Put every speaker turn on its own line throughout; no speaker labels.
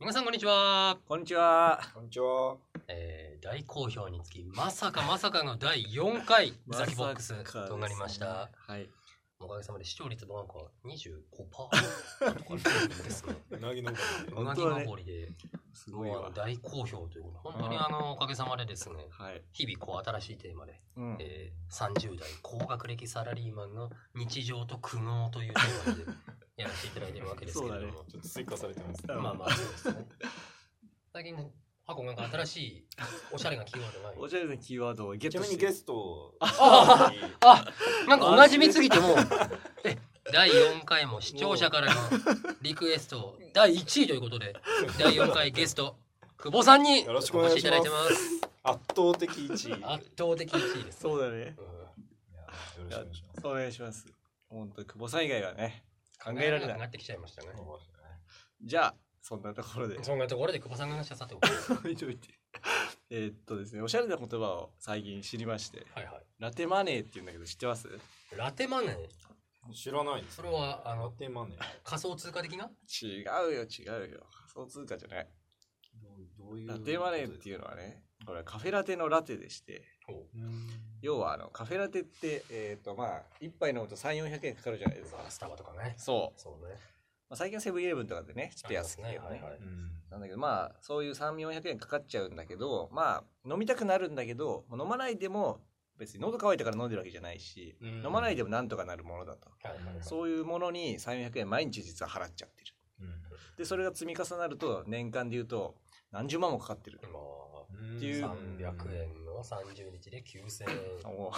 皆さんこんにちは、
こんにちは。
こんにちは。
えー大好評につきまさかまさかの第4回
ま
ザ
さか
キボックス
ですね
となりました、
はい。
おかげさまで視聴率もなんか25%とかですね
うなぎの。
うなぎ登りですも
ごいう
あ
わ
の。大好評ということで本当にあのおかげさまでですね
はい。
日々こう新しいテーマで、
うん
えー30代高学歴サラリーマンの日常と苦悩というテーマでやらせていただいてるわけですけれど
そう
も、
だ
ちょっと追加されて ます。
だね
まあまあそうですね 最近ハコなんか新しいおしゃれなキーワードない
おしゃれなキーワードをゲッ
ち
ト
なみ
し
に
て
ゲ。スト。
ああなんかおなじみすぎて もうえ第4回も視聴者からのリクエスト第1位ということで第4回ゲスト久保さんに
よろしくお
お
願
越し
い
い
した
だ
ま
い
す
て。ます
圧倒的一位。いやよ
圧倒的1位です、
そうだね。
ろしくお願いします。
お願いします。本当久保さん以外はね。考
考
え
え
ら
ら
れ
れ
な
ないくなってきちゃいましたね
じゃあ、そんなとこ ろで。
そんなところで久保さんの話はさておきは
置いといてえーっとですね、おしゃれな言葉を最近知りまして、
い は
ラテマネーって言うんだけど知ってます
いラテマネー
知らないです。
それはあ
ラ
の
テマネー。
仮想通貨的な
違うよ、違うよ。仮想通貨じゃない。
どうどういう
ラテマネーっていうのはね、これはカフェラテのラテでして、
ほ
うーん。
要はあのカフェラテって、えーっとまあ、1杯飲むと3、400円かかるじゃないですか
う。スタバとかね
そう。
そうね
まあ、最近はセブンイレブンとかでね、ちょっと安くて、ね
ありますねはいはい
うん
なんだけど、まあ、そういう3、400円かかっちゃうんだけど、まあ、飲みたくなるんだけど、もう飲まないでも、別に喉乾いたから飲んでるわけじゃないし、
うん
飲まないでもなんとかなるものだと。
はいはいはい
そういうものに3、400円毎日実は払っちゃってる。で、それが積み重なると、年間で言うと、何十万もかかってる。
まあ
うん
っていう
300。円の30日で9000円
お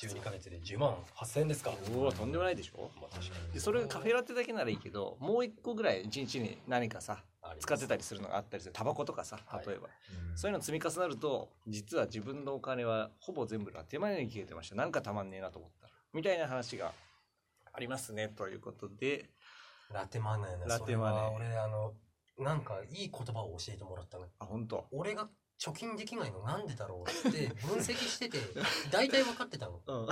12ヶ月で10万8000円ですか
ーおー、とんでもないでしょ
まあ確かに
で、それがカフェラテだけならいいけど、もう一個ぐらい一日に何かさ、
あります
使ってたりするのがあったりする。タバコとかさ、
はい
例えば。
うん
そういうの積み重なると、実は自分のお金はほぼ全部ラテマネーに消えてました。なんかたまんねえなと思ったら。みたいな話がありますね、ということで。
ラテマネーね
ラテマネー
それは俺あのなんかいい言葉を教えてもらったの
あ、本当。
俺が貯金できないのなんでだろうって分析して て大体分かってたの
うん。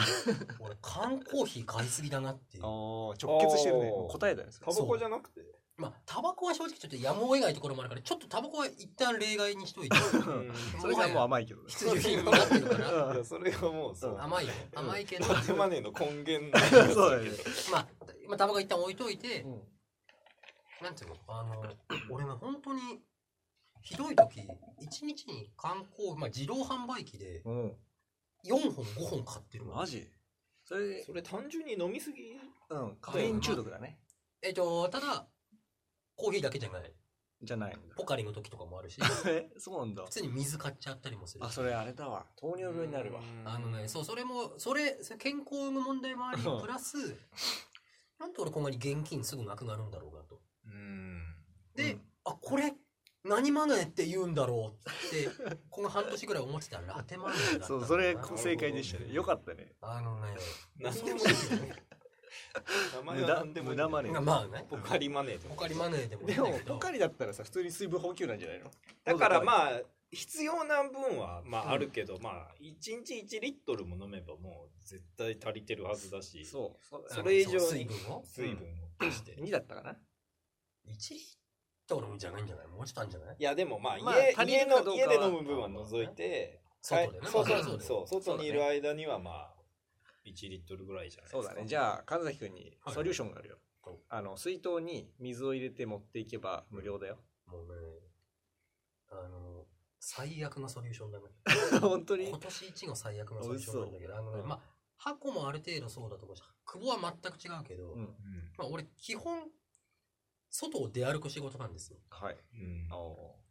俺缶コーヒー買いすぎだなっていう
直結してるね。
おー
答えだよ、そ
タバ
れ
コじゃなくて。
まあタバコは正直ちょっとやむを得ないところもあるからちょっとタバコは一旦例外にし といて
うん
い
それじゃもう甘いけどね。
必需品になってるか
う
ら
ん
やそれがもうそう。
甘いよ甘いけど
ラテマネーの根源。
そうだよね。
まあまあタバコは一旦置いといて、
うん
なんていうのあの俺ね本当にひどい時一日に観光、まあ、自動販売機で
うん。
4本5本買ってるの
マジそれで
そ、れ単純に飲みすぎ。
うん、カフェイン中毒だね。
えっとただコーヒーだけじゃない
じゃないんだ。
ポカリの時とかも あるし
え、そうなんだ
普。通に水買っちゃったりもする
あ、それあれだわ。糖尿病になるわ。
あのねそうそれもそれそれ健康の問題もありプラスなんで俺こんなに現金すぐなくなるんだろうなと
うん。
で、
うん
あこれ何マネーって言うんだろうってこの半年ぐらい思ってたらラテマネーだったんだな
そう、それ正解でしたね。よかったね。
あのね
何でもいいよね。名前
無
は
駄
何でもい
無
いよ
駄
ね
マネー。
まあね
ポカリマネーと
ポ
か
カリマネーでもいい
で
んだ
も
け、ど
ポカリだったらさ、普通に水分補給なんじゃないの
だから
あ、
まあ必要な分はま
うん
ああるけど、まあ1日1リットルも飲めばもう絶対足りてるはずだし
そう。そ
あの
それ以上に
う水分を
水分を足して、い
2だったかな
1リットルじゃないんじゃないもうちょっとあるんじゃない
やでもまあ家,、
まあ足り
家
るか
の
どう
家
かは
で飲む分は除いて
外でね
かえそう
ま
そ
あ
う
そ
そうう
だよ
外にいる間にはまあ1リットルぐらいじゃないです
そ
か
うだね。じゃあ、神崎君に
はい
ソリューションがあるよ
はい。
あの、水筒に水を入れて持っていけば無料だよ。
もうねあの最悪のソリューションだね
本当に
今年一の最悪のソリューションなんだけどあのね
うん
まあ箱もある程度そうだと思うし久保は全く違うけど、
うん
まあ俺基本外を出歩く仕事なんですよ
はい。
うん、うん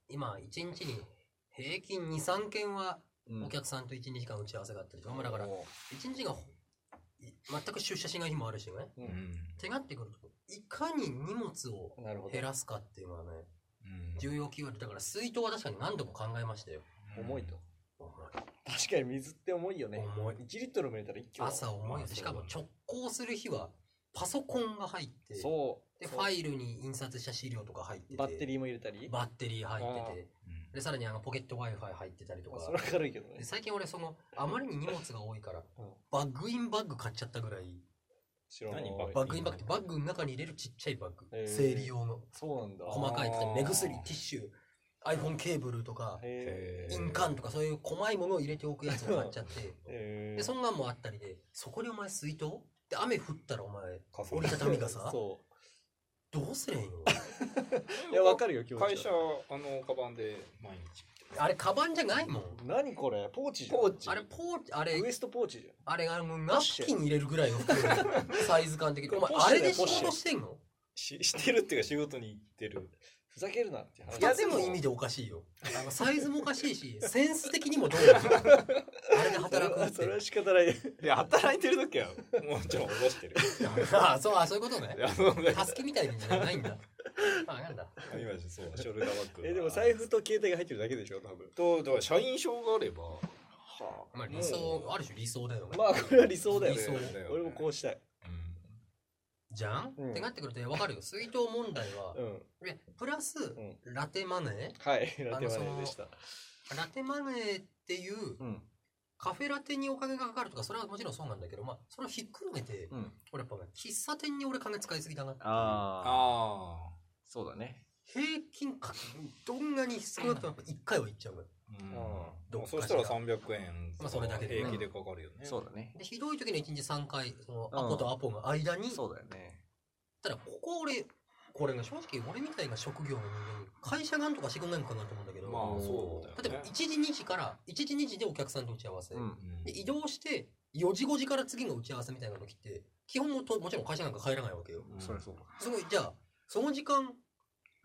今1日に平均23件は
うん
お客さんと1、2時間打ち合わせがあったりとか、まあだから
お
1日がほい全く出社しない日もあるしね
ー
うん
ってなってくるといかに荷物を
なるほど
減らすかっていうのはね
うん
重要キーワードだから水筒は確かに何度も考えましたよ
重いと確かに水って重いよね
重い
1リットルも入れたら一気に
朝重いししかも直行する日はパソコンが入って
そう
で
そ
フ
う
ァイルに印刷した資料とか入ってて
バッテリーも入れたり
バッテリー入ってて
うん
でさらにあのポケット w i f i 入ってたりと
ま
か
あそれは軽いけどね
で最近俺そのあまりに荷物が多いから
うん
バッグインバッグ買っちゃったぐらい
白
何バッ
バッグインバッグってバッグの中に入れるちっちゃいバッグ、
へー
生理用の
そうなんだ
細かいやつ
あー
目薬ティッシュ iPhone ケーブルとか
へー
印鑑とかそういう細いものを入れておくやつを買っちゃって
へー
でそんなんもあったりでそこにお前水筒で雨降ったらお前
傘
折りたたみ傘
そ
どうすりゃいいの
ういやわかるよ気持ちは
会社あのカバンで毎日
あれカバンじゃないもん
何これポーチじゃん
ポーチ
あれポーチあれ
ウエストポーチじゃん
あれあのナプキン入れるぐらいの 袋よサイズ感的にお前
ポッ
あ
シュだよ
れで仕
ポ
事
ッシュ
してんの
ししてるっていうか仕事に行ってる
ふざけるなって話
いやでも意味でおかしいよあのサイズもおかしい しセンス的にもどうなのあれで働くっ
それは
て
仕方ない
いや働いてる時はもうちょっと戻してる
ああそうあそういうことね
いやそうだよ
助けみたいにじゃないんだあなんだ
今そうショルダーバッグ
えでも財布と携帯が入ってるだけでしょ多分
とだから社員証があれば
は
まあ理想ある種理想だよね
まあこれは理想だよ
理
ね
想
俺もこう
し、
したい
うん
じゃん、
うん
ってなってくると分かるよ水筒問題は
う、ん
でプラス、
ん
ラテマネー
はいラテマネーでした
ラテマネーっていう
うん
カフェラテにお金がかかるとかそれはもちろんそうなんだけどまあそれをひっくるめて、
うん
俺やっぱね喫茶店に俺金使いすぎだなっていう
ああ
あ
そうだね
平均かどんなに少なくともやっぱ1回は行っちゃうから
あうん
どっかしら
そしたら300円
まあそれだけでね
平気でかかるよね
そうだね
でひどい時の1日3回その
うん
アポとアポの間に、
そうだよね
ただここは俺これが正直俺みたいな職業の人間に会社がなんとかしてくんないのかなと思うんだけど、
まあそうだよ、
例
ね、
えば1時2時から1時2時でお客さんと打ち合わせ、
うん
で移動して4時5時から次の打ち合わせみたいな時って基本もともちろん会社なんか帰らないわけよ
うん
そりゃそうだ
すごいじゃあその時間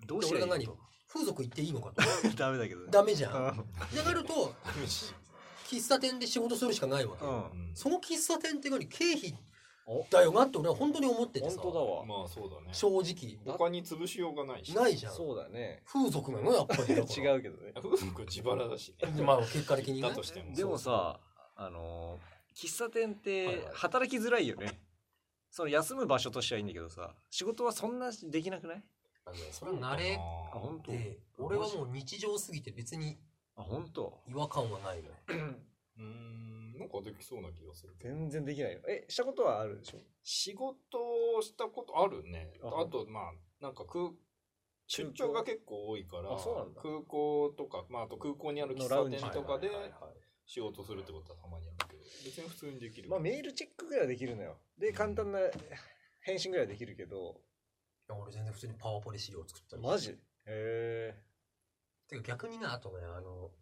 ど
で俺が
らい
何
いの
を風俗行っていいのかと
ダメだけどね
ダメじゃ
うん
んってなると喫茶店で仕事するしかないわけ、
うん
その喫茶店って何経費
お
だよなって俺は本当に思ってて
本
さ
当だわ
まあそうだね
正直
他に潰しようがないし
ないじゃん
そうだね
風俗なのやっぱり
違
だから
うけどね
風俗自腹だしね
まあ結果的にね
だとしても
でもさあのー喫茶店っ
はい
て
はい
働きづらいよねその休む場所としてはいいんだけどさ仕事はそんなできなくない
あのねそれは慣れ
あ本当
で俺はもう日常すぎて別に
あ本当
違和感はないの
うーんなんかできそうな気がするけど
全然できないよえしたことはあるでしょ
仕事をしたことあるね
あ
あとまあなんか空出張が結構多いから
あそうなんだ
空港とか、まあ、あと空港にある喫
のラ
茶
ウンジ
店とかで
はいはいはいは
仕事するってことはたまにあるけど別に普通にできる
まあメールチェックぐらいはできるのよで簡単な返信ぐらいはできるけど
いや俺全然普通にパワポで資料作ったり
マジへえ
てか逆になあとねあの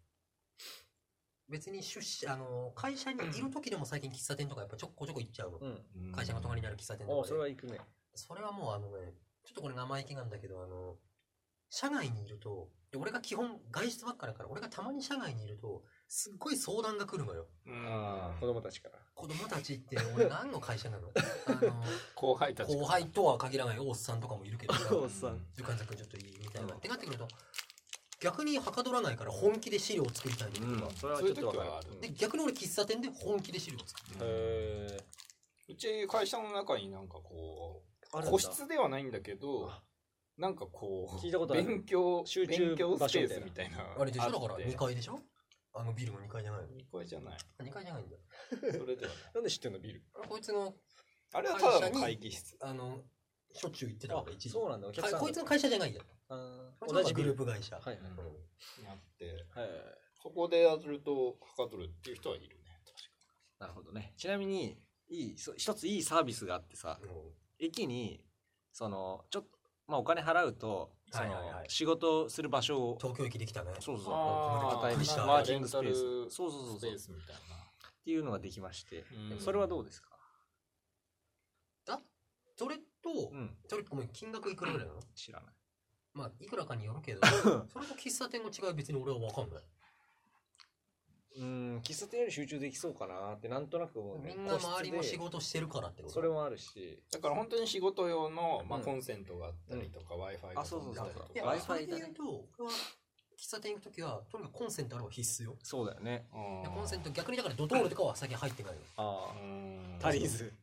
別に出社あの会社にいる時でも最近喫茶店とかやっぱちょこちょこ行っちゃうの、
うん
うん
会社が隣にある喫茶店と
お
か
それ
で
は行くね
それはもうあのねちょっとこれ生意気なんだけどあの社外にいるとで俺が基本外出ばっかだから俺がたまに社外にいるとすっごい相談が来るのよ
うん
ああ子供たちから
子供たちって俺何の会社なのあ
後輩た
の
ち
後輩とは限らないおっさんとかもいるけどさ
おっさん
ゆかんさくんちょっといいみたいなってなってくると逆にはかどらないから本気で資料を作りたいとか、
うんそれは
そう
ち
い
ょっ
う
と
時
わ
は
か
あ
る
る
で逆に俺喫茶店で本気で資料を作る
うん
へえ
うち会社の中になんかこう個室ではないんだけどなんかこう
聞いたことある
勉強
集中
勉強スペースみたいな
あれでしょだから
って
2階でしょあのビルの2階じゃないの
二階じゃない
2階じゃないんだよ
それではない
なんで知ってんのビル
こいつの
あれはただの会議室
あのしょっちゅう行ってたから一時
そうなんだお客さん
こいつの会社じゃないや
同じ
グ
グ
ル
ル
ー
ー
プ会社、
はいはい
うん
にあって
はい
そこでやるとはかどるっていう人はいるね
なるほどねちなみにいいそ一ついいサービスがあってさ駅にそのちょっとまあお金払うとそ
はいはいは
の
い
仕事する場所を
東京駅できたね
そうそうそう
あー
与え
びっくりした
マーキングスペー
レンタル
スそうそうそうそ
スペ
うっ
ースみたい
ていうのができまして
な
それはどうですか
それと、
うん
それごめん金額いくらぐらいなの、
知らない
まあいくらかによる けどそれと喫茶店の違いは別に俺は分かんない
うん喫茶店より集中できそうかなってなんとなく思う
み
ね
んな周りも
個室で
仕事してるからってこと
それもあるし
だから本当に仕事用の、まあ、
うん
コンセントがあったりとか、Wi-Fi が
あそうそうそう
飛んだり
い
と
や
か
Wi-Fi
それで言うと俺は喫茶店行く時はとにかくコンセントあるは必須よ
そうだよね
でコンセン
ト
ト逆にだからドトールとかは先入ってないの
ああタリーズ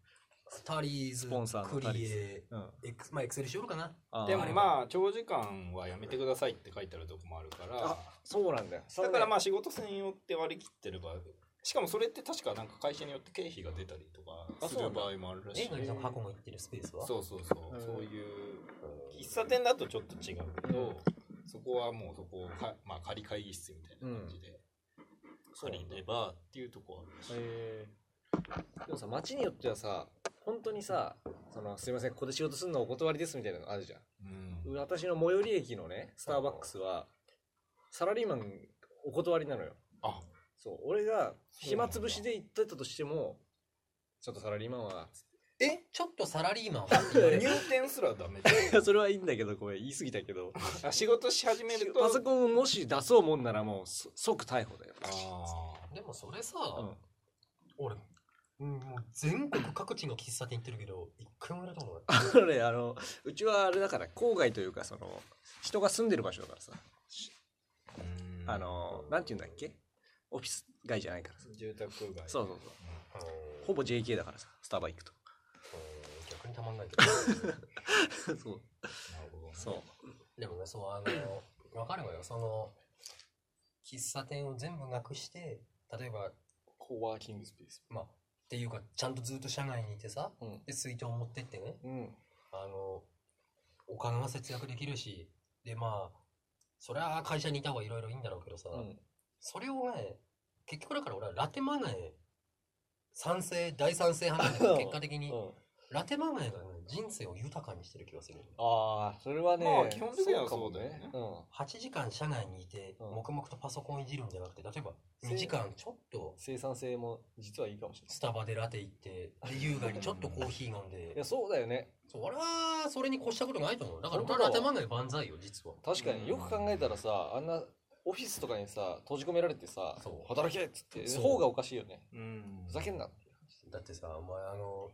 スタリーズ
スポンサー
ク
のタリ
リ
ーズ
エ
うん
エクスまあエクセルしよるかな
あー
でもまあ長時間はやめてくださいって書いてあるとこもあるから
そうなんだよ
だからま
あ
あ仕事専用って割り切ってればしかもそれって確かなんか会社によって経費が出たりと
あ
かす
そうな
る
んだ
場合もあるらしい
え、のりさんが箱も行ってるスペースは
そうそうそ
う
う、
ん
そういう喫茶店だとちょっと違うけど、そこはもうそこをか、まあ、仮会議室みたいな感じで、
そうな
借
ん
り
だ
ればっていうとこはあるらしい
へーでもさ街によってはさ本当にさそのすいませんここで仕事するのお断りですみたいなのあるじゃん
うん、
私の最寄り駅のねスターバックスはサラリーマンお断りなのよ
あ
そう俺が暇つぶしで行ってたとしてもちょっとサラリーマンはつっ
えちょっとサラリーマンは
入店すらダメ
てい やそれはいいんだけどこれ言い過ぎたけど
あ仕事し始めると
パソコンをもし出そうもんならもうそ即逮捕だよ
あ
でもそれさ、
うん
俺、うん、もう全国各地の喫茶店行ってるけど一回もやれたことない
だからねあのうちはあれだから郊外というかその人が住んでる場所だからさ
ーうん
あのなんて言うんだっけオフィス街じゃないからさ
住宅街
そうそうそうほぼ JK だからさスタバ行くと
うん逆にたまんない けど
そう
なるほどね
そう
でもねそうあのわかるわよその喫茶店を全部なくして例えば
コワーキングスペース
まあっていうかちゃんとずっと社外にいてさ、
うん
で水筒持ってってね
うん
あのお金は節約できるしでまあそりゃあ会社にいた方がいろいろいいんだろうけどさ、
うん
それをね、結局だから俺はラテマネー、賛成、大賛成派なんだけど、結果的に、ラテマネーがね、人生を豊かにしてる気がする。
ああそれはね、
まあ基本的にはそうだよね
そうかもね、
8時間社内にいて、
うん
黙々とパソコンいじるんじゃなくて、例えば
せ
2時間ちょっと
うん、生産性も実はいいかもしれない
スタバでラテ行って、で優雅にちょっとコーヒー飲ん
いや
で、
そうだよね
そう俺はそれに越したことないと思う。だから俺
本
は
当だ
ラテマネー万歳よ、実は。
確かによく考えたらさあんなオフィスとかにさ閉じ込められてさ
そう
働けっつって
そう
方がおかしいよね
うん
ふざけんなって
だってさ、お前あの、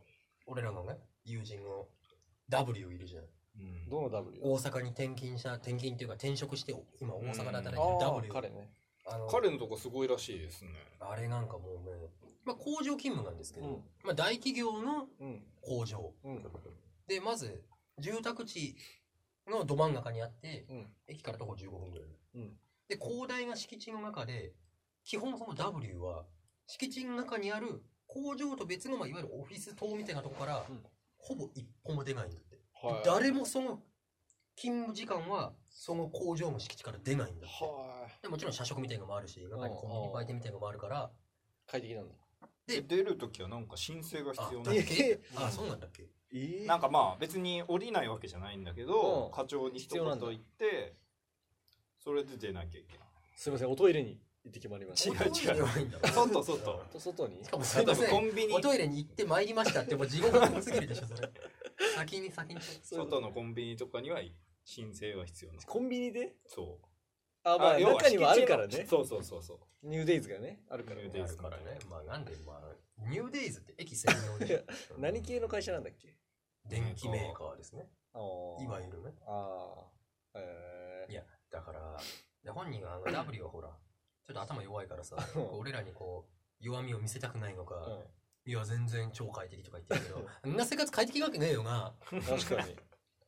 俺らのね、友人の W いるじゃん。
うん
どの W?
大阪に転勤した、転勤っていうか転職して、今大阪で働いてる
ああ
W。
彼ね
あの
彼のとこすごいらしいですね
あれなんかもうね、まあ、工場勤務なんですけど、
うん
まあ、大企業の
うん
工場
うん
でまず住宅地のど真ん中にあって
うん
駅から徒歩15分ぐらい、
うん
で広大な敷地の中で基本その W は敷地の中にある工場と別の、まあ、いわゆるオフィス棟みたいなとこから、
うん
ほぼ一歩も出ないんだって、
はい
誰もその勤務時間はその工場の敷地から出ないんだって、
は
でもちろん社食みたいのもあるし中にコンビニ売店みたいのもあるから、
快適なんだ
い出るときはなんか申請が
あ
必要
だ
な
っ
ん
え
で
け
え
あそうなんだっけ
え
なんかまあ別に降りないわけじゃないんだけ
う
ど、
ん
課長に一言言ってそれで出なきゃい けない
すいませんおトイレに行ってきまりまし
違う
た
違う外外
と外に
しかもす
例
い
えば
ませ
コ
ん
ンビニ
おトイレに行ってまいりましたってもう地獄すぎるでしょそ れ先に先に
外のコンビニとかには申請は必要なの
コンビニで
そう
あまあ
要は
中にはあるから
敷地
ね
のそうそうそうそう
ニューデイズがねあるから
ニュー
ね
デイズ
からねまあなんでまあニューデイズって駅専用
いや
で
何系の会社なんだっけ
電機メーカーですね
あー
今いるね
ああえ
いやだからで本人があの W はほらちょっと頭弱いからさ
うん
俺らにこう弱みを見せたくないの
え
か、いや全然超快適とか言ってるけど あんな生活快適なわけねえよな
うん確かに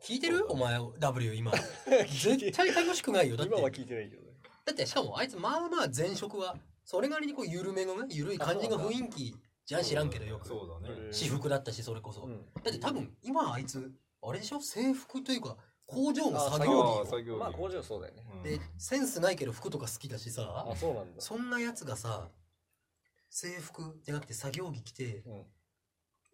聞いてるお前 W 今絶対楽しくないよだって
今は聞いてないけどね
だってしかもあいつまあまあ前職はそれなりにこう緩めのね緩い感じの雰囲気じゃん知らんけどよく
そうだね
うん
私服だったしそれこそ、
うん
だって多分今あいつあれでしょ制服というか工場の作
あ
業着
あ作業着
まあ工場そうだよね
うん
でセンスないけど服とか好きだしさ
あそうなんだ
そんなやつがさ制服じゃなくて作業着着て
うん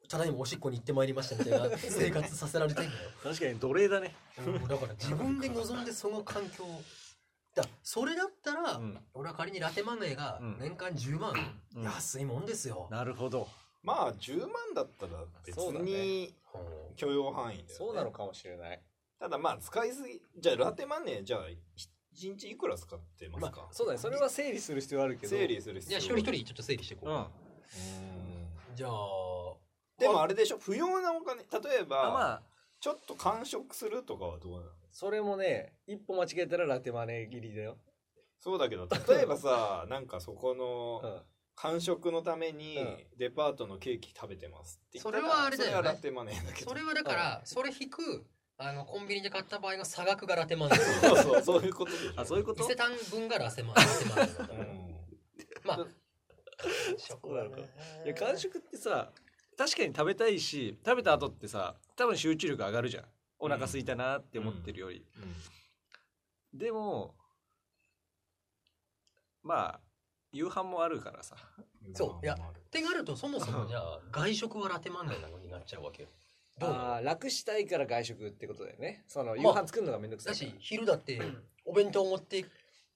ただいまおしっこに行ってまいりましたみたい な生活させられてんだよ
確かに奴隷だね
うんだから自分で望んでその環境をだそれだったら、
うん
俺は仮にラテマネーが
うん
年間10万、
うん
安いもんですよ、
なるほど
まあ10万だったら別
そうだね
に許容範囲だよ、ね、
そうなのかもしれない
ただまあ使いすぎじゃあラテマネーじゃあ1日いくら使ってますか、
そうだねそれは整理する必要あるけど
整理する必
じゃ
要
あ一人一人ちょっと整理していこう、
うん
うん
じゃあ
でもあれでしょ不要なお金例えば
あまあ
ちょっと完食するとかはどうなの
それもね一歩間違えたらラテマネ切りだよ
そうだけど例えばさなんかそこ
う
の
ん
完食のために
うん
デパートのケーキ食べてますって言ったら
それはあれだよね
それはラテマネーだけど
それはだからそれ引くあのコンビニで買った場合の差額がラテマ ネー
そうそうそういうことでしょ
あそういうこ
伊
と
勢丹分がラテマネー
うん
まあ
そうなのかいや間食ってさ確かに食べたいし食べた後ってさ多分集中力上がるじゃんお腹空いたなって思ってるより、でもまあ夕飯もあるからさ
うん
そういや
まあまあま
ってなるとそもそもじゃあ外食はラテ漫才なのになっちゃうわけよどうなの
あー楽したいから外食ってことだよねその夕
まあ
飯作るのがめんどくさ
だ
いから
し昼だってお弁当持って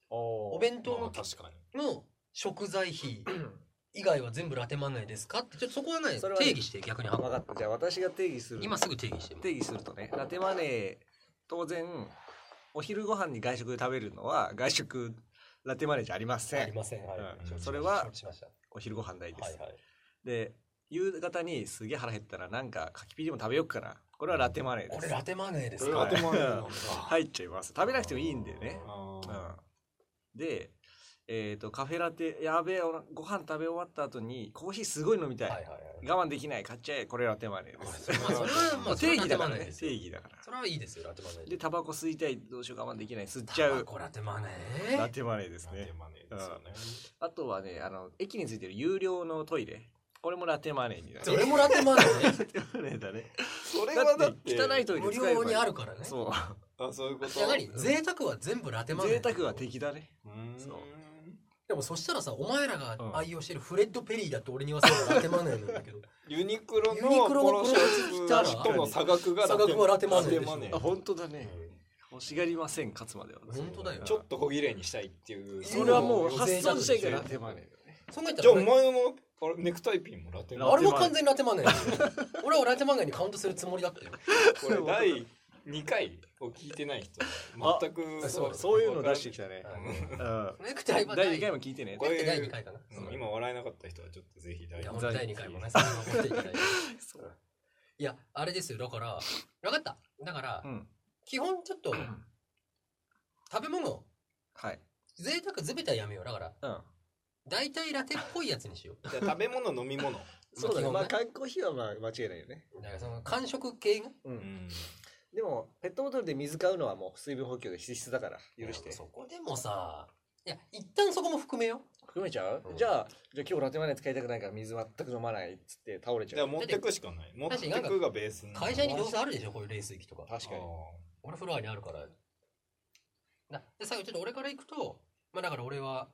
お
お
ー
弁当
あま
の
あ確かに
の食材費以外は全部ラテマネーですかってちょっとそこはね
それはね
定義して逆に
分かったじゃあ私が定義する
今すぐ定義して
定義するとねラテマネー当然お昼ご飯に外食で食べるのは外食ラテマネーじゃありません
ません、は
うん
承知
それは
承知しました
お昼ご飯代です、
はいはい
で夕方にすげえ腹減ったらなんかカキピーでも食べよっかなこれはラテマネーです
これラテマネーで
そ
す
れ
か
は
はい
当て前なんだ
入っちゃいます食べなくてもいいんだよね、
あ
う
ー
ん、でえっ、とカフェラテやべえおなご飯食べ終わった後にコーヒーすごい飲みたい、
はいはい
我慢できない買っちゃえこれラテマネーです
まあそれはまあ
定義だから
それはラテマネー
ね
ですよ
定義だから
それはいいですよラテマネー
でタバコ吸いたいどうしよう我慢できない吸っちゃ
タ
う
バコラテマネ
ラ
ー
テマネーです
ラ
ね
テマネーですよね
あとはねあの駅についてる有料のトイレこれもラテマネーになる
それもラテマ ネーね
ラテマネーだね
それ
だって汚いトイレ
無
使えば
料にあるからね
そう
あそういうこ
じゃあ何
と
贅沢は全部ラテマネー
贅沢は敵だね
そ
そう
でもそしたらさお前らが
うん
愛用してるフレッド・ペリーだって俺に言わせるラテマネーなんだけ ど
ユニクロの
ユニクロの
このシャツ
この
着た人の差額が
差額はラテマネーでしょ
ラテ
あ
マネ
本当だね欲しがりません勝つまでは
本当だよ
ちょっと小綺麗にしたいっていう
それはもう発
想
散
と
し
して
た
はいいけ
か
な
ら
い
ラテマネー
そんなん言った
じゃあ
ら
お前のあれネクタイピンもラテマネ
あ
ー
れも完全にラテマネーだよ俺はラテマネーにカウントするつもりだったよ
これ第2回を聞いてない人は全く
そうそういうの出してきたね
あ
うん
のネクタイは
第
第
2回
回
も聞いてね
これ
第2回かな
うん今笑えなかった人はちょっとぜひ第
いや
二
本当第2回もねそれは持っていただいて
そう
いやあれですよだから分かっただから
うん
基本ちょっと食べ物
はい
贅沢ずべたらやめようだから
うん
大体ラテっぽいやつにしよう
じゃあ食べ物飲み物
そうだ
基
ね
本
まあ缶コーヒーはまあ間違いないよね
だからその間食系が
う
うんん
でもペットボトルで水買うのはもう水分補給で必須だから許して
そこでもさいや一旦そこも含めよ
含めちゃう
うん
じゃあじゃあ今日ラテマネー使いたくないから水全く飲まないっつって倒れち
じゃ
ゃ
あ
う
持ってくしかない持ってくがベースになる
会社にどうせあるでしょこういうレース行きとか
確かに
俺フロアにあるからなで最後ちょっと俺から行くとまあだから俺は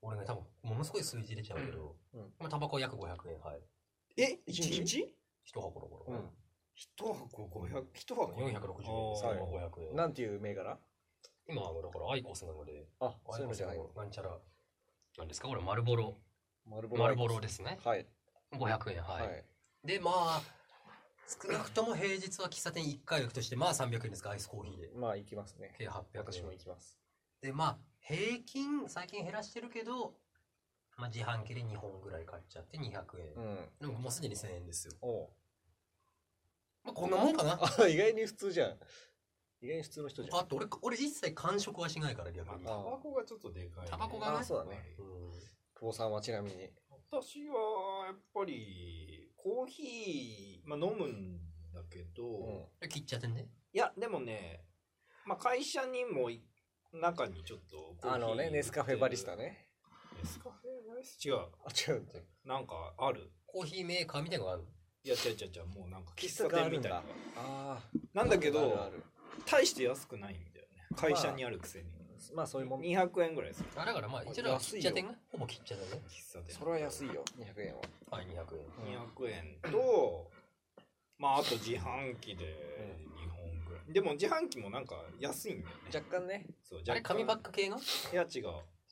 俺ね多分ものすごい数字出ちゃうけど、
うんうん
まあタバコ約500円はい
え
一
一
日
日
一箱だか
う
ら、
ん
一箱五百一箱
460円です
あー
よまあ500円
なんていう銘柄
今はだからアイコスなので
あ
ア
そ
イ
ういう
コ
の
ス
じゃ
の
ない
なんちゃらなんですかこれ丸ボロ
丸ボ
丸ボロですね
はい
500円はい、
はい
でまあ少なくとも平日は喫茶店1回行くとしてまあ300円ですかアイスコーヒーで
まあ行きますね
計800円
私も行きます
でまあ平均最近減らしてるけど、まあ、自販機で2本ぐらい買っちゃって200円、
うん
でももうすでに1000円ですよ、
おう
まあ、こんなもんかな
あ意外に普通じゃん意外に普通の人じゃん
あと俺俺一切完食はしないから逆に
タバコがちょっとでかいね
タバコがね
あそうだね
うん
久保さんはちなみに
私はやっぱりコーヒーまあ飲むんだけど
で切っちゃってね
いやでもねまあ会社にもい中にちょっとコーヒー
あのねネスカフェバリスタね
ネスカフェバリスタ違う
あ違うんだ
なんかある
コーヒーメーカーみたいなのがある
いや違う違う違うもうなんか
喫茶があるんだ
な
あ
なんだけ
あるあ
ど
る
大して安くないんだよね会社にあるくせに
まあそういうもん
200円ぐらいする
あだからまあ一応は切っちゃってんがほぼ切っちゃってね
喫茶店
それは安いよ200円は
はい200円
200円と、まああと自販機で2本ぐらいでも自販機もなんか安いんだよね
若干ね
そう
あれ
若干
紙パック系の
いや違う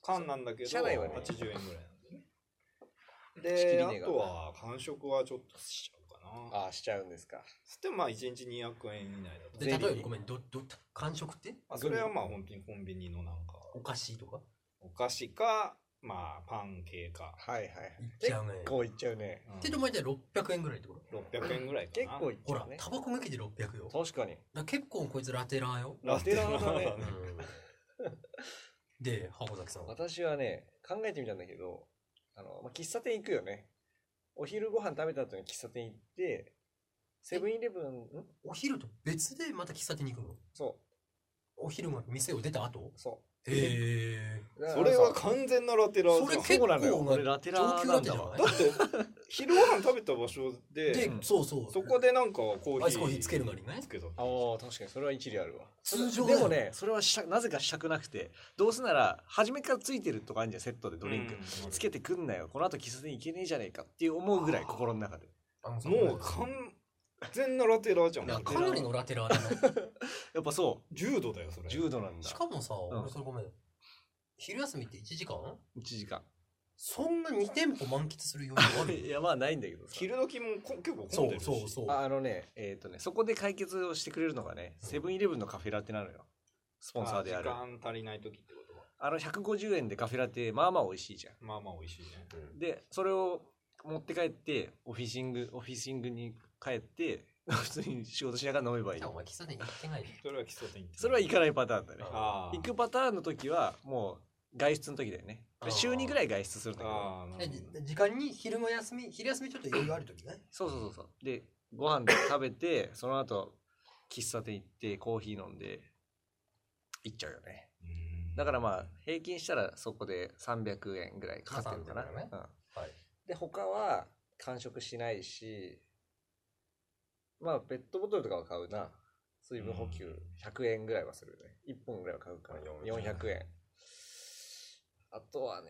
缶なんだけど
車内はね
80円ぐらいなん
仕切
で
り
ねで
値
あ
が
とは完食はちょっとしちゃうかな
ああしちゃうんですか
そしてまあ1日200円以内だと
で
ゼリ
例え
ー
ばごめんどど完食って
あそれはまあ本当にコンビニのなんか
お菓子とか
お菓子かまあパン系か、
はいはい
いっちゃうね
結構いっちゃうね
うん
ってお前じゃ600円ぐらいってこと
600円ぐらいか
結
な
構いっち
ほ
ゃ
ら
うね
タバコ抜きで600よだか
確かに
ら結構こいつラテラーよ
ラテラーだね
ラテラーだね
で箱崎さんは
私はね考えてみたんだけどあの、まあ、喫茶店行くよねお昼ご飯食べた後に喫茶店行ってセブンイレブンん
お昼と別でまた喫茶店に行くの
そう
お昼まで店を出た後
そ
へえ
うそれは完全なラテラーじゃん
それ結構
そうなのよ
な
俺ラテラーなんだ
上
わ
級ラテじゃ
だって昼ご飯食べた場所で
で
うん
そうそう
そこでなんかコーヒー
アイスコーヒーつけるのにね
つけた
ああ確かにそれは一理あるわ
通常だ
で
よ
もねそれはしたなぜかしたくなくてどうせなら初めからついてるとかあるじゃんセットでドリンク、
うん
つけてくんなよこの後キスに行けねえじゃねえかっていう思うぐらい心の中で
もう完全なラテラーじゃん
いやかなりのラテラーだな
やっぱそ
重度だよそれ
う重度なんだ
しかもさ
ん
俺それごめん昼休みって1時間
1時間
そんな2店舗満喫する余裕ある
いやまあないんだけどさ
昼時もこ結構混
そ
んで
う
るし
そうそう
ああのねえっ、とねそこで解決をしてくれるのがねセブンイレブンのカフェラテなのよスポンサーである
あ時間足りない時ってことは
あの150円でカフェラテまあまあ美味しいじゃん
まあまあ美味しいね
でそれを持って帰ってオフィシングオフィシングに帰って 普通に仕事しながら飲めばいい
いやお前喫茶店行ってないで
それは基礎点
それは行かないパターンだね
あー
行くパターンの時はもう外出の時だよね
あー
週2ぐらい外出するんだけど
ああな
え
るほ
じ
どね
時間に昼の休み昼休みちょっと余裕ある時ね
そうそうそうそうでご飯食べてその後喫茶店行ってコーヒー飲んで行っちゃうよね
うん
だからまあ平均したらそこで300円ぐらいかかってるのかな、
まあ300だね
うん
はい
で他は完食しないしまあペットボトルとかは買うな水分補給100円ぐらいはするよね1本ぐらいは買うから400円あとはね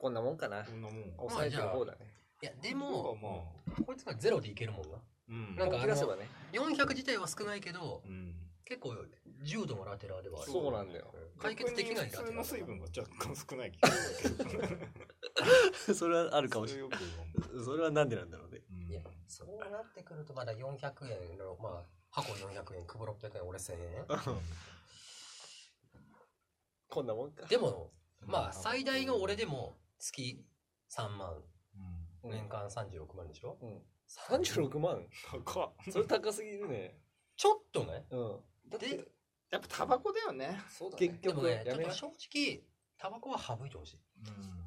こんなもんかな
こんなもんか
抑えてる方だね
いやでも
まあ
こいつがゼロでいけるもんな
うん
なんか
本気出せばね
400自体は少ないけど
うん
結構重度のラテラーではある
そうなんだよ
解決できないラテラー
逆に普通の水分が若干少ない気がするけ ど
それはあるかもし
そ
れ
れ
な
よく思
いそれはなんでなんだろうね
ううん
いやそうなってくるとまだ400円のまあ箱400円久保600円俺1000円
こんなもんか
でもまあ最大の俺
で
でも月3万年間36万でしょ
うん36万
高っ
それ高すぎるね
ちょっとね
うんだって
で
やっぱタバコだよね
そうだね
結
でも
局
ねち
や
ょっ
め
と
な
正直タバコは省いてほしい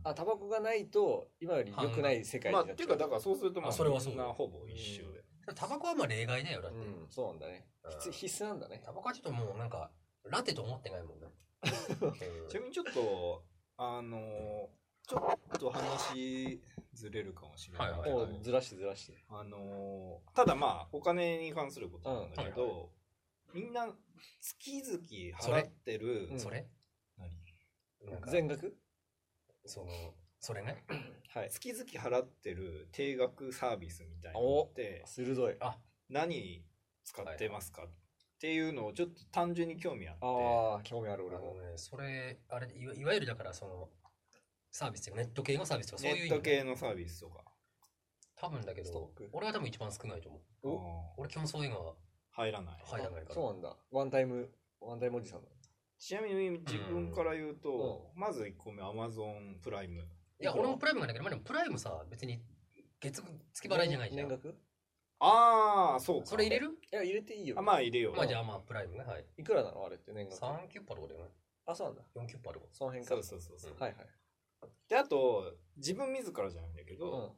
あタバコがないと今より良くない世界にな
まあ
っちゃう、
っていうかだからそうするとまあ
あそれはそう
みんなほぼ一緒で
タバコはまあ例外だよだっ
う
て
んそうなんだね必須必須なんだね
タバコはちょっともうなんかラテと思ってないもんねうん
ちなみにちょっとあのーちょっと話ずれるかもしれない
はい
け
は
も
ど
いは
うずらしてずらして
あのーただまあお金に関することなんだけ
うん
どみんな月々払ってる
うん
それ
何
なんか
全額
そのそれね
はい
月々払ってる定額サービスみたいなのって
鋭いあ
何使ってますかっていうのをちょっと単純に興味あって
あー興味ある
あ
俺
の
も
ね、それ、あれ、いわいわゆるだから、その、サービスっていうか、ネット系のサービスとか、そう
ネ
いう意
ッ
味
ト系のサービスとか
多分だけ
スト
ど
ック、
俺は多分一番少ないと思う。
お
うん
俺、基本そういうのは
入らない
入らないか
そう
ら。
なんだワンタイムワンタイムおじさんだ
ちなみに自分から言うと、まず1個目 Amazon プライム
いや、俺もプライムがないけど、まあでもプライムさ、別に月、月払いじゃないじゃ
年
ん。
額い
ああそうか
それ入れる
や入れていいよ
あまあ入れよう、
まあじゃあ、まあプライムね、はい。
いくらなのあれって年額
3キュッパとかだよね。
あそうなんだ
4キュッパとか。
その辺か
そ
ら
うそうそうそう、
はいはい
であと自分自らじゃないんだけ
うん
ど、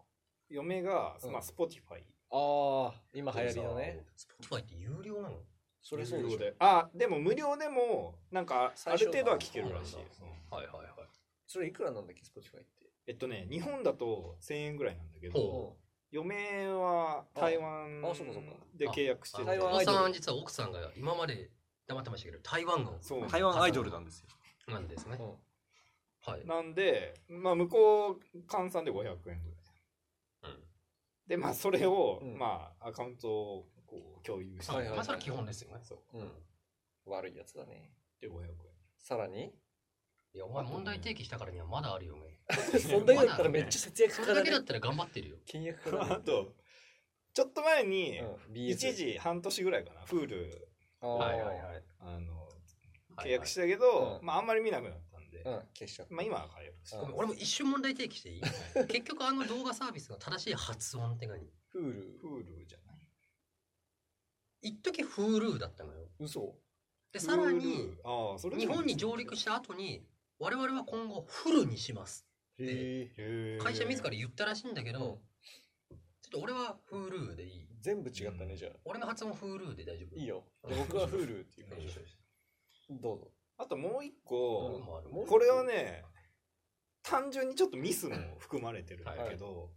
嫁が、
うん
まあ、Spotify
ああ今流行りのね。
スポティファイって有料なの
それそう
無
でし
料
ょ
であでも無料でもなんかあ
最初
る
は
程度は聞けるらしい
そうなんだ
そう
はいはいはい。
それいくらなんだっけ Spotify って
えっとね日本だと1000円ぐらいなんだけ
ほう
ど嫁は台湾
ああそうかそうか
で契約して
あ
る
の
台湾
お父
アイドル
さん、実は奥さんが今まで黙ってましたけど、台湾の
そう
台湾アイドルなんですよ
なんですね
う。ん
はい。
なんで、まあ、向こう換算で500円ぐらい。
うん
で、まあ、それを、
うん
まあ、アカウントをこう共有して、
はいはい
まあ、それは基本ですよね。
そう
うん悪いやつだね
で500
さらに
いや、お前問題提起したからにはまだあるよね。
円。
そんだけだったらめっちゃ節約
そ
か
れ
か
だ
る
けだったら頑張ってるよ。
倹約家だね
あと、ちょっと前に、
うん BS
一時半年ぐらいかな、フール、
あー
はいはいはい。
あの、
はい
契約したけど、
うん
まあ、あんまり見なくなったんで、
うん消しちゃった
まあ、今は解約して
う
ごめん
ん
俺も一瞬問題提起してい い結局あの動画サービスの正しい発音って何
Hulu
フールじゃない。
一時フールーだったのよ。
嘘
で、さら
Hulu
に、、
ああ、それ
日本に上陸した後に、我々は今後フルにします。
へえ
へー
会社自ら言ったらしいんだけど、ょっと俺は Hulu でいい
全部違ったね、じゃあ。
俺の発音 Hulu で大丈夫
いいよ。で僕は Hulu っていう感じで。どうぞ。
あともう一個、
もある
もう
これはね単純にちょっとミスも含まれてるんだけど、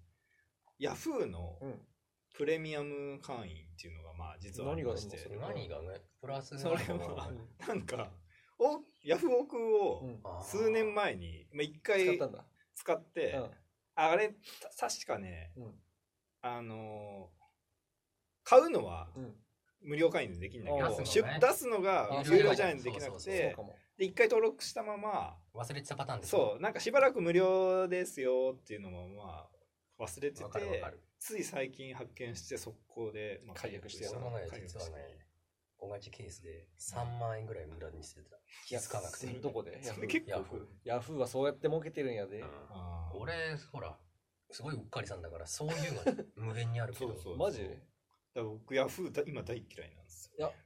ヤフーの
うん
プレミアム会員っていうのがまあ実はありまし
何があ
て
るの
何がねプラス
それはなんかおヤフオク
う
を
ん。
数年
前
前にまあ一
使
回
ったんだ。
使って、あれた確かね
うん。
あのー買うのは
うん。
無料会員でできるんだけど、
あー
出出すのが
あ
有料じゃないとできな
そう
く
そうそう
そう
て
かも。
で一回登録したまま
忘れてたパターンです
そうなんかしばらく無料ですよっていうのもまあ忘れて
わかるわか
て
る
つい最近発見して速攻で、まあ、
解約して
そ
や
の
る
前
解約
実
し
はね
て
同じケースで3万円ぐらい無駄にしてた気づかなくて
いやどこで
それ結
ヤ
構
フー
ヤフーはそうやって儲けてるんやで。
あー
俺ほらすごいうっかりさんだからそういうのが無限にあるけど
そうそう
マジ
だから僕ヤフーだ今大嫌いなんですよ、ね、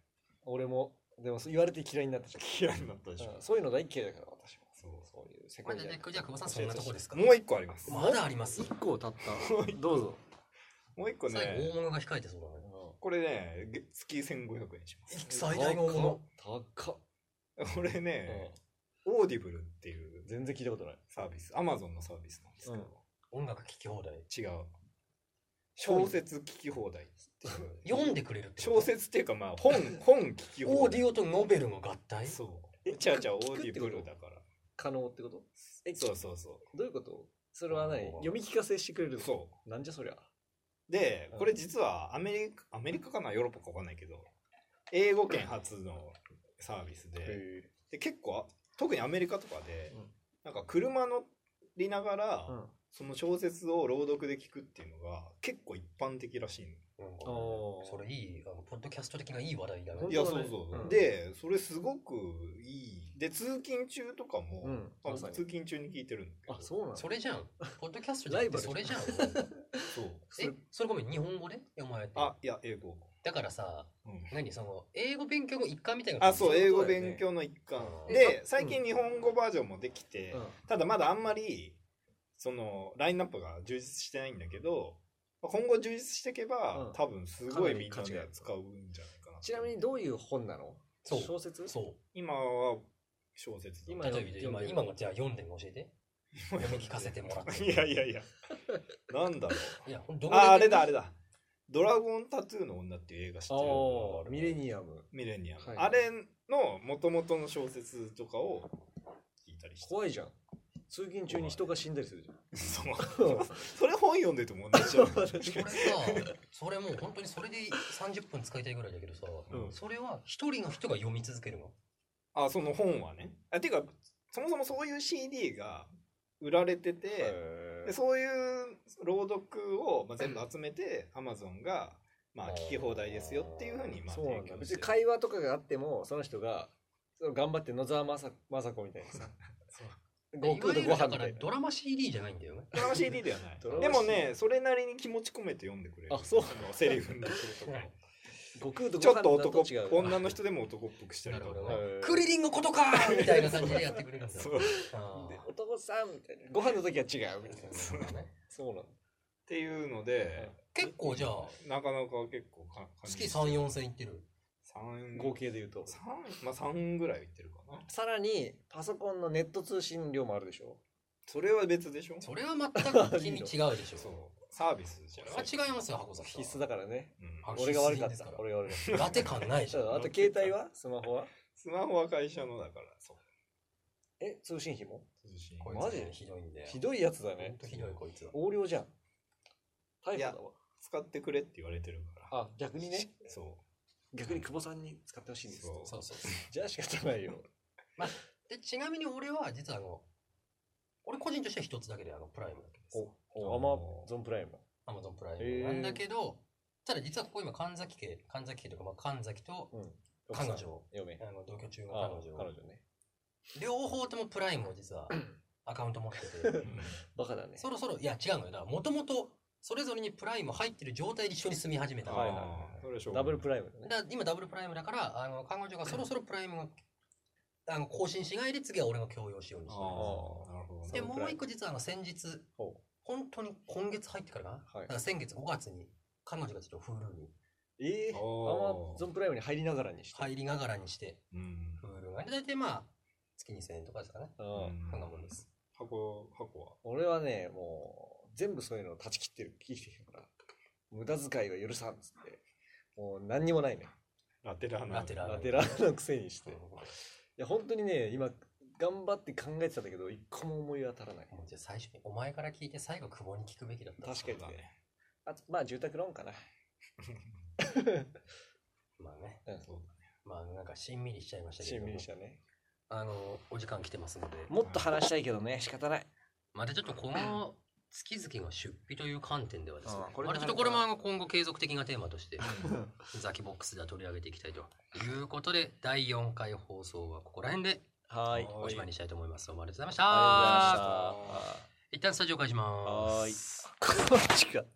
俺も、でもそう言われて嫌いになったじ
嫌いになったでしょ、
ゃん。そういうの大嫌いだから、私も。
そう
そういう世
こ
界
れ
じゃない
で。じゃあ久保さんそんなとこですか
もう一個あります
まだあります
一個経った。どうぞ。
もう一個
最後大
ね
物が控えてそうだね
これねげ月1500円します
最大の大物
高っ高っ
これ
う
ね
ん、
オーディブルっていう
全然聞いたことない。
サービスアマゾンのサービスなんですけど、
音楽聴き放題
違う小説聞き放題っていう
読んでくれるってこと
小説っていうかまあ本本聞き放題
オーディオとノベルの合体
そう
え
ちゃうちゃうオ
聞く
ーディブルだから
可能ってことえ、
そうそうそ
どういうことそれは何
あの
読み聞かせしてくれる
う
の。
そう
なんじゃそりゃ。
うでこれ実はアメリカアメリカかなヨーロッパかわかんないけど英語圏初のサービスで
へ
で結構あ特にアメリカとかで、
うん
なんか車乗りながら、
え。うん。
その小説を朗読で聞くっていうのが結構一般的らしいの
なんか
おー
それいいあのポッドキャスト的ないい話題だね
本
いや
当
そ
だ
う
ね
そう、
うん
でそれすごくいいで通勤中とかも、
うん
あ
まさに
通勤中に聞いてるんだけど
あ、そうなの
それじゃんポッドキャストじゃ
ラ
な
イ
く
バ
て
ル
それじゃん
そう
えそれごめん日本語で読まれて
あいや英語、
だからさ
うん
何その英語勉強の一環みたいな感
あ
じ
そう
そうい
英
うこ
語
とだよね
勉強の一環
うん
で
え
最近日本語バージョンもできて、
うん
ただまだあんまりそのラインナップが充実してないんだけど今後充実していけば、
うん
多分すごいみんな
かなり価値があ
で
る
使うんじゃないかな
ちなみにどういう本なの
そう
小説
そ
今は小説だ
う
今
例
読ん
え
で
ば今今もじゃあ読んでも教えて読み聞かせてもらって
いやいやいやな んだろう
いやほんとどこで
ああれだあれだ「ドラゴンタトゥーの女」っていう映画知ってる
ああ、ミレニアム。
ミレニアム、
はい
あれの元々の小説とかを聞いたりして
怖いじゃん。通勤中に人が死んだりするじゃん。
そうそれ本読んでても同じじゃん
それさそれもう本当にそれで30分使いたいぐらいだけどさ
うん
それは一人の人が読み続けるの
あその本はねあていうかそもそもそういう CD が売られてて、
へ
で
ー
そういう朗読を、まあ、全部集めて Amazon が、まあ、聞き放題ですよっていうふうにまあ
そうなん
提
だ。
供
別
して
に会話とかがあっても、その人が、その頑張って野沢雅雅子みたい にさ、
そう
悟
い
空とご
わゆ
飯
るだ
み
か
た
ら
いな。
ドラマ CD じゃないんだよね
ドラマ CD ではない
ドラマ
でもねそれなりに気持ち込めて読んでくれる
あそう
のセリフのところとか
悟空と
ち
ご
ょっ
飯だ
と男っ
と違う。
女の人でも男っぽくしたり
なる
と
ほ
か
ど
は
ね
い
クリリンのことかーみたいな感じでやってくれるんだ
そうっ
あ
で
ー
男さんみたいな。ご飯の時は違うみたいな。
そうだね
そうなんだ。
ていうので
結構じゃあ
なかなか結構か
月34千いってる
三
合計で言うと。
三まあ三ぐらいいってるかな
さらに、パソコンのネット通信量もあるでしょ。
それは別でしょ
それは全く君違うでしょ
そうサービスじゃない
それは違いますよ箱崎さん
必須だからね。
うん
あ
俺が悪か
必須
っ
です
た
か。ら
俺が悪かった。
ラテ感ないじ
そ
ゃ
うんあと携帯はスマホは
スマホは会社のだからそう
え通信費も
通信
こい
マ
つ
ジ
ねひどいんだよ
ひどいやつだ
ほん
ね
とひどいこいつは
横領じゃん逮捕
いや
だわ
使ってくれって言われてるから
あ逆にね
そ
逆に久保さんに使ってほしいん
う
です
そう
そうそうそう
じゃあ仕方ないよ
でちなみに俺は実はあの俺個人としては一つだけであのプライムだけです
おおアマゾンプライム
アマゾンプライ
へ
ムな
ー
んだけど、ただ実はここ今神崎家神崎家というかまあ神崎と
うん
彼
奥さん
女
嫁
あの同居中の
あ
彼女
彼女ね
両方ともプライムを実はアカウント持って て
バカだね
そろそろいや違うのよだもともとそれぞれにプライム入ってる状態で一緒に住み始めたの
はいはい
あーそれはしょうが
ダ
な
ブ
い
ルプライムだね
だ今ダブルプライムだからあの彼女がそろそろプライムをあの更新しないで次は俺が強要しようにし
あ
て
あ
る
なるほど
で
そ
ね
の
も
プライム
う一個実はあの先日
ほ
本当に今月入ってからかな,、
はい
なんか先月5月に彼女がちょっと Hulu に
ええー、
おー
Amazon プライムに入りながらにして。
入りながらにして
うん。
Hulu がで大体まあ月2000円とかですかね
う。
うんん
そんなもんです
箱、箱は。
俺はね、もう、全部そういうのを断ち切ってる、切ってるから、無駄遣いは許さんっつって、もう何にもないね。
ラテラーな。
ラテラー
ラテラーのくせにして。いや、本当にね、今、頑張って考えてたんだけど、一個も思い当たらない。
もうじゃあ最初にお前から聞いて最後久保に聞くべきだった
確かに
そうだ
ね
ね。
あとまあ、住宅ローンかな。
まあね
うん
そう
まあなんかしんみりしちゃいましたけ
新
れども
聞社ね。
あのお時間来てますので
もっと話したいけどね、仕方ない。
またちょっとこの月々の出費という観点ではですね
あーこれ
またちょっとこれもあの今後継続的なテーマと してザキボックスでは取り上げていきたいということで第4回放送はここら辺で
はーい。
おしまいにしたいと思います。どうもありがとうございました。
ありがとうございました。
一旦スタジオ返します。
はーい。こっちか。